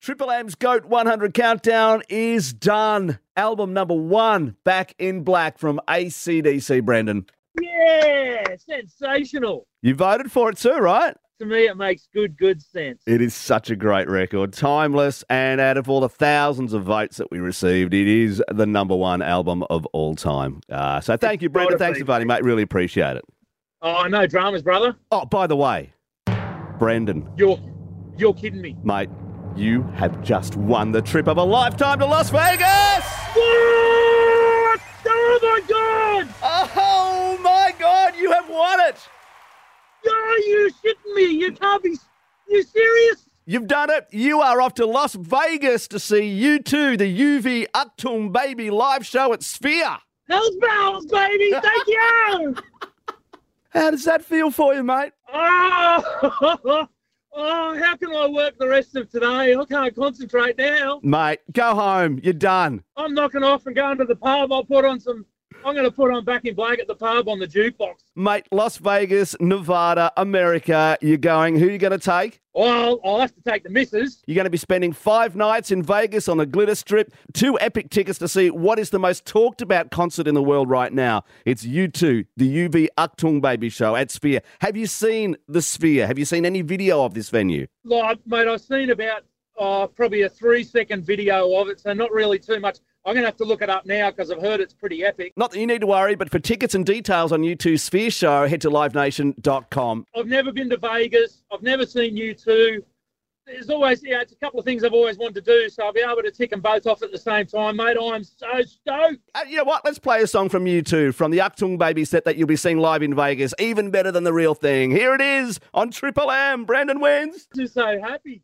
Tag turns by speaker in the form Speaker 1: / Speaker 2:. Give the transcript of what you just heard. Speaker 1: Triple M's GOAT 100 countdown is done. Album number one, Back in Black from ACDC, Brandon.
Speaker 2: Yeah, sensational.
Speaker 1: You voted for it too, right?
Speaker 2: To me, it makes good, good sense.
Speaker 1: It is such a great record, timeless, and out of all the thousands of votes that we received, it is the number one album of all time. Uh, so thank you, Brandon.
Speaker 2: gotta
Speaker 1: Thanks
Speaker 2: be.
Speaker 1: for voting, mate. Really appreciate it.
Speaker 2: Oh, no dramas, brother.
Speaker 1: Oh, by the way, Brandon,
Speaker 2: You're you're kidding me.
Speaker 1: mate, you have just won the trip of a lifetime to Las Vegas!
Speaker 2: What? Oh my god!
Speaker 1: Oh my God, you have won it!
Speaker 2: Are you shitting me? You can't be. You serious?
Speaker 1: You've done it. You are off to Las Vegas to see U2, the UV Uptoon Baby live show at Sphere.
Speaker 2: Hell's bells, baby. Thank you.
Speaker 1: How does that feel for you, mate?
Speaker 2: Oh, oh, how can I work the rest of today? I can't concentrate now.
Speaker 1: Mate, go home. You're done.
Speaker 2: I'm knocking off and going to the pub. I'll put on some. I'm going to put on back in black at the pub on the jukebox.
Speaker 1: Mate, Las Vegas, Nevada, America, you're going. Who you going to take?
Speaker 2: Well, I'll have to take the missus.
Speaker 1: You're going to be spending five nights in Vegas on the glitter strip, two epic tickets to see what is the most talked about concert in the world right now. It's U2, the UV Uptoon Baby show at Sphere. Have you seen the Sphere? Have you seen any video of this venue?
Speaker 2: Like, mate, I've seen about oh, probably a three second video of it, so not really too much. I'm going to have to look it up now because I've heard it's pretty epic.
Speaker 1: Not that you need to worry, but for tickets and details on U2's Sphere Show, head to livenation.com.
Speaker 2: I've never been to Vegas. I've never seen you two. There's always, yeah, it's a couple of things I've always wanted to do, so I'll be able to tick them both off at the same time, mate. I'm so stoked.
Speaker 1: Uh, you know what? Let's play a song from U2 from the Uptung Baby set that you'll be seeing live in Vegas, even better than the real thing. Here it is on Triple M. Brandon wins.
Speaker 2: I'm just so happy.